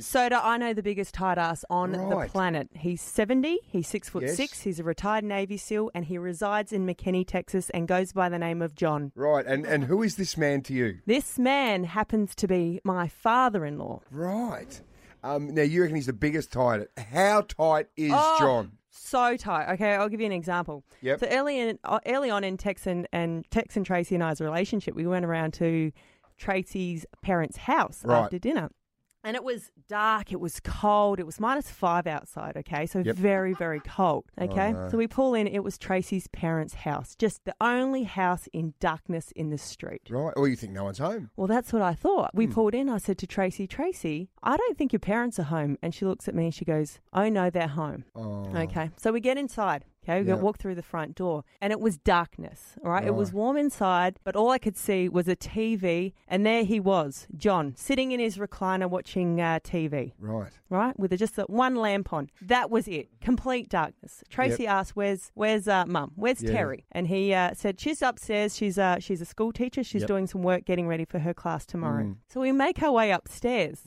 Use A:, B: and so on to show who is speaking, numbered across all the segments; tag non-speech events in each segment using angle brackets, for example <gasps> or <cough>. A: Soda, I know the biggest tight ass on the
B: Right.
A: planet. He's 70, he's six foot
B: Yes.
A: six, he's a retired Navy SEAL, and he resides in McKinney, Texas, and goes by the name of John.
B: Right, and, and who is this man to you?
A: This man happens to be my father in law.
B: Right. Um, now, you reckon he's the biggest tight. How tight is John?
A: Oh, So tight. Okay, I'll give you an example.
B: Yep.
A: So early in uh, early on in Tex and, and Tex and Tracy and I's relationship, we went around to Tracy's parents' house
B: Right.
A: after dinner. And it was dark, it was cold, it was minus five outside, okay? So
B: Yep. Oh,
A: very, very cold, okay? So we pull in, it was Tracy's parents' house, just the only house in darkness in the street.
B: Right. Hmm. Or you think no one's home?
A: Well, that's what I thought. We pulled in. I said to Tracy, Tracy, I don't think your parents are home. And she looks at me and she goes, Oh, no, they're home.
B: Oh,
A: Okay. So we get inside. Okay. We
B: Yeah.
A: go walk through the front door and it was darkness. All right. It was warm inside, but all I could see was a TV. And there he was, John, sitting in his recliner watching uh, TV
B: Right.
A: right? With just that one lamp on. That was it. Complete darkness. Tracy asked, "Where's where's uh, mum? Where's
B: Yeah.
A: Terry?" And he uh, said, "She's upstairs. She's uh, she's a school teacher. She's
B: Yep. Mm.
A: doing some work, getting ready for her class tomorrow." So we make our way upstairs,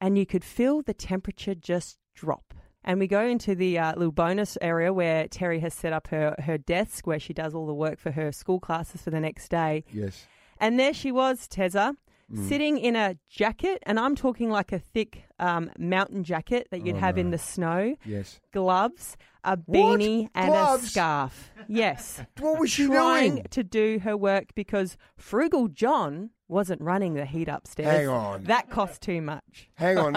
A: and you could feel the temperature just drop. And we go into the uh, little bonus area where Terry has set up her, her desk, where she does all the work for her school classes for the next day.
B: Yes.
A: And there she was, Tezza,
B: Hmm.
A: sitting in a jacket, and I'm talking like a thick um, mountain jacket that you'd have in the snow,
B: Yes.
A: gloves, a
B: Oh, What?
A: beanie, and a
B: Gloves?
A: scarf. Yes.
B: <laughs> What was she
A: Trying
B: doing?
A: to do her work because Frugal John wasn't running the heat upstairs.
B: Hang on.
A: That cost too much.
B: Hang <laughs> on.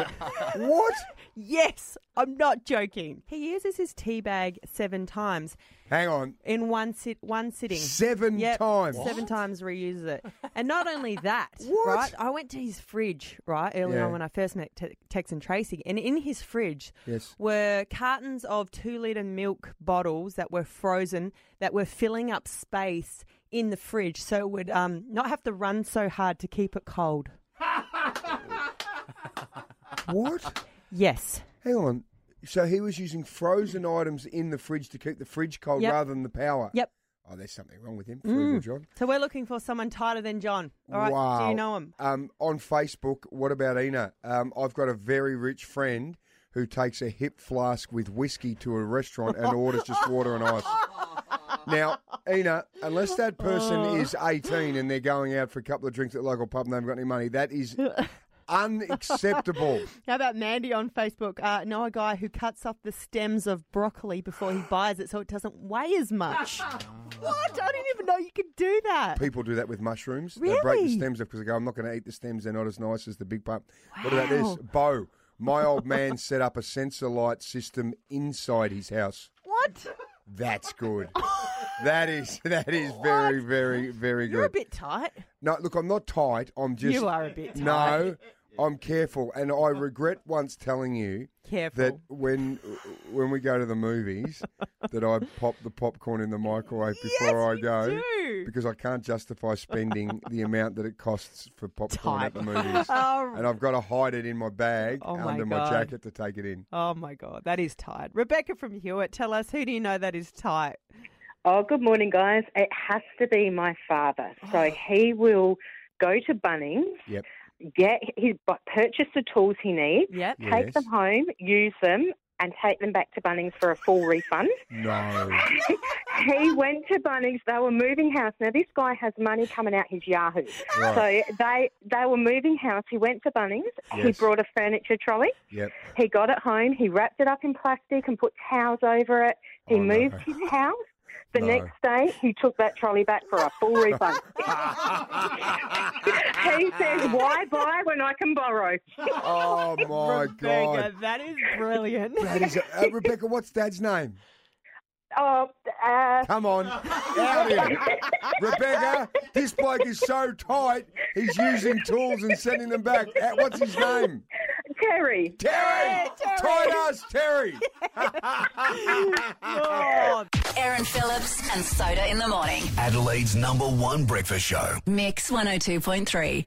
B: what?
A: Yes, I'm not joking. He uses his tea bag seven times
B: Hang on.
A: in one sit one sitting.
B: Seven
A: Yep,
B: times.
A: Seven times reuses it. And not
B: <laughs>
A: only that,
B: What?
A: right? I went to his fridge, right, early
B: Yeah.
A: on when I first met Te- Tex and Tracy, and in his fridge
B: Yes.
A: were cartons of two litre milk bottles that were frozen, that were filling up space in the fridge so it would um, not have to run so hard to keep it cold.
B: What?
A: Yes.
B: Hang on. So he was using frozen items in the fridge to keep the fridge cold
A: Yep.
B: rather than the power.
A: Yep.
B: Oh, there's something wrong with him, Frugal John.
A: So we're looking for someone tighter than John. All right.
B: wow.
A: Do you know him?
B: Um, on Facebook, what about Ina? Um, I've got a very rich friend who takes a hip flask with whiskey to a restaurant and orders just water and ice. Now, Ina, unless that person
A: Oh.
B: is 18 and they're going out for a couple of drinks at local pub and they haven't got any money, that is
A: <laughs>
B: unacceptable.
A: How about Mandy on Facebook? Uh, know a guy who cuts off the stems of broccoli before
B: <gasps>
A: he buys it so it doesn't weigh as
B: <laughs>
A: much. what? I didn't even know you could do that.
B: People do that with mushrooms. They break the
A: Really?
B: stems up because they go, I'm not going to eat the stems. They're not as nice as the big part. What about this?
A: Wow.
B: Bo, my old man set up a sensor light system inside his house.
A: What?
B: That's
A: <laughs>
B: good. that is <laughs> that is very very very
A: You're a
B: good.
A: bit tight.
B: no, look, I'm not tight. I'm just
A: You are a bit tight.
B: No, I'm careful, and I regret once telling you
A: Careful.
B: that when when we go to the movies, that I pop the popcorn in the microwave
A: Yes,
B: before I
A: you
B: go
A: do.
B: because I can't justify spending the amount that it costs for popcorn at
A: <laughs>
B: the movies,
A: Oh,
B: and I've got to hide it in my bag
A: Oh, my
B: under my,
A: God.
B: jacket to take it in.
A: oh my God, that is tight. Rebecca from Hewitt, tell us who do you know that is tight?
C: Oh, good morning, guys. It has to be my father. So he will go to Bunnings,
B: Oh. Yep.
C: get his bu- purchase the tools he needs,
A: Yep.
B: Yes.
C: take them home, use them, and take them back to Bunnings for a full refund.
B: No. <laughs>
C: he went to Bunnings. They were moving house. Now this guy has money coming out his Yahoo.
B: Right.
C: So they they were moving house. He went to Bunnings. He
B: Yes.
C: brought a furniture trolley.
A: <laughs>
B: Yep. <laughs>
C: He got it home. He wrapped it up in plastic and put towels over it. He
B: Oh, no.
C: moved his house. The
B: No.
C: next day, he took that trolley back for a full refund. he says, "Why buy when I can borrow?" <laughs>
B: Oh my god.
A: Rebecca, that is brilliant.
B: That is a, uh, Rebecca, what's Dad's name?
C: Oh, uh,
B: Come on, out here. Rebecca, this bloke is so tight, he's using tools and sending them back. Uh, What's his name?
C: Terry.
B: Terry! Tight ass Terry!
A: God.
D: Aaron Phillips and Soda in the morning. oh
E: Adelaide's number one breakfast show.
D: Mix 102.3.